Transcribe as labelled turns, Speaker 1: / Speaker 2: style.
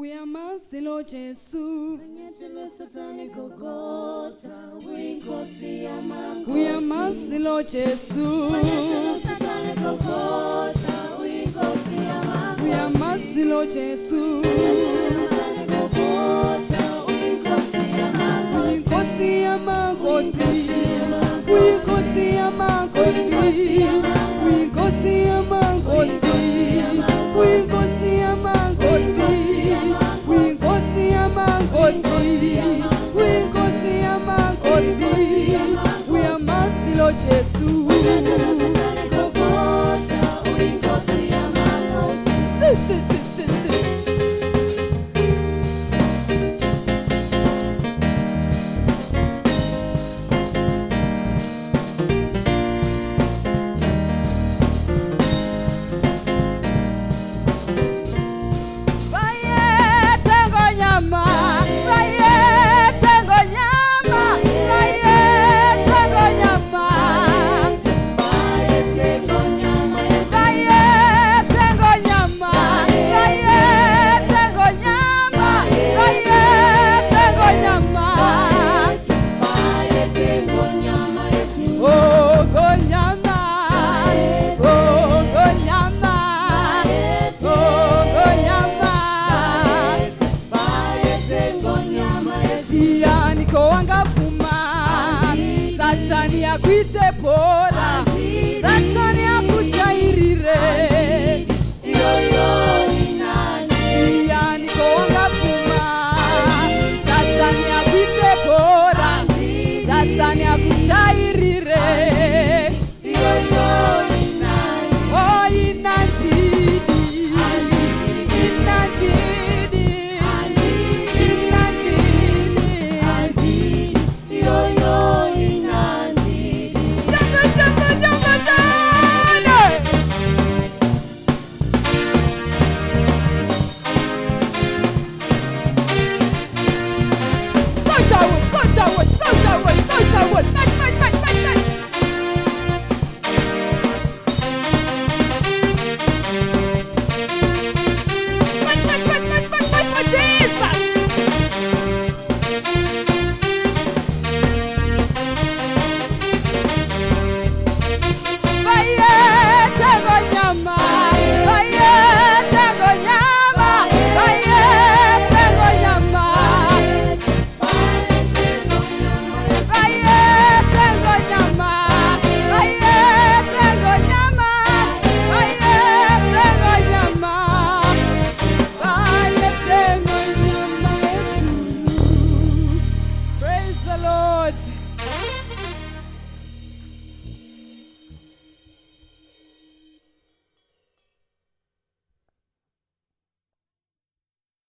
Speaker 1: uyamazi lo jesu
Speaker 2: Anyething Satani Gogota, we go see your man.
Speaker 1: uyamazi lo jesu
Speaker 2: Satani Gogota, we go see your man.
Speaker 1: uyamazi lo jesu
Speaker 2: Satani Gogota, we go see your man.
Speaker 1: uyinkosi yamakhosi uyinkosi yamakhosi uyinkosi yamakhosi uyinkosi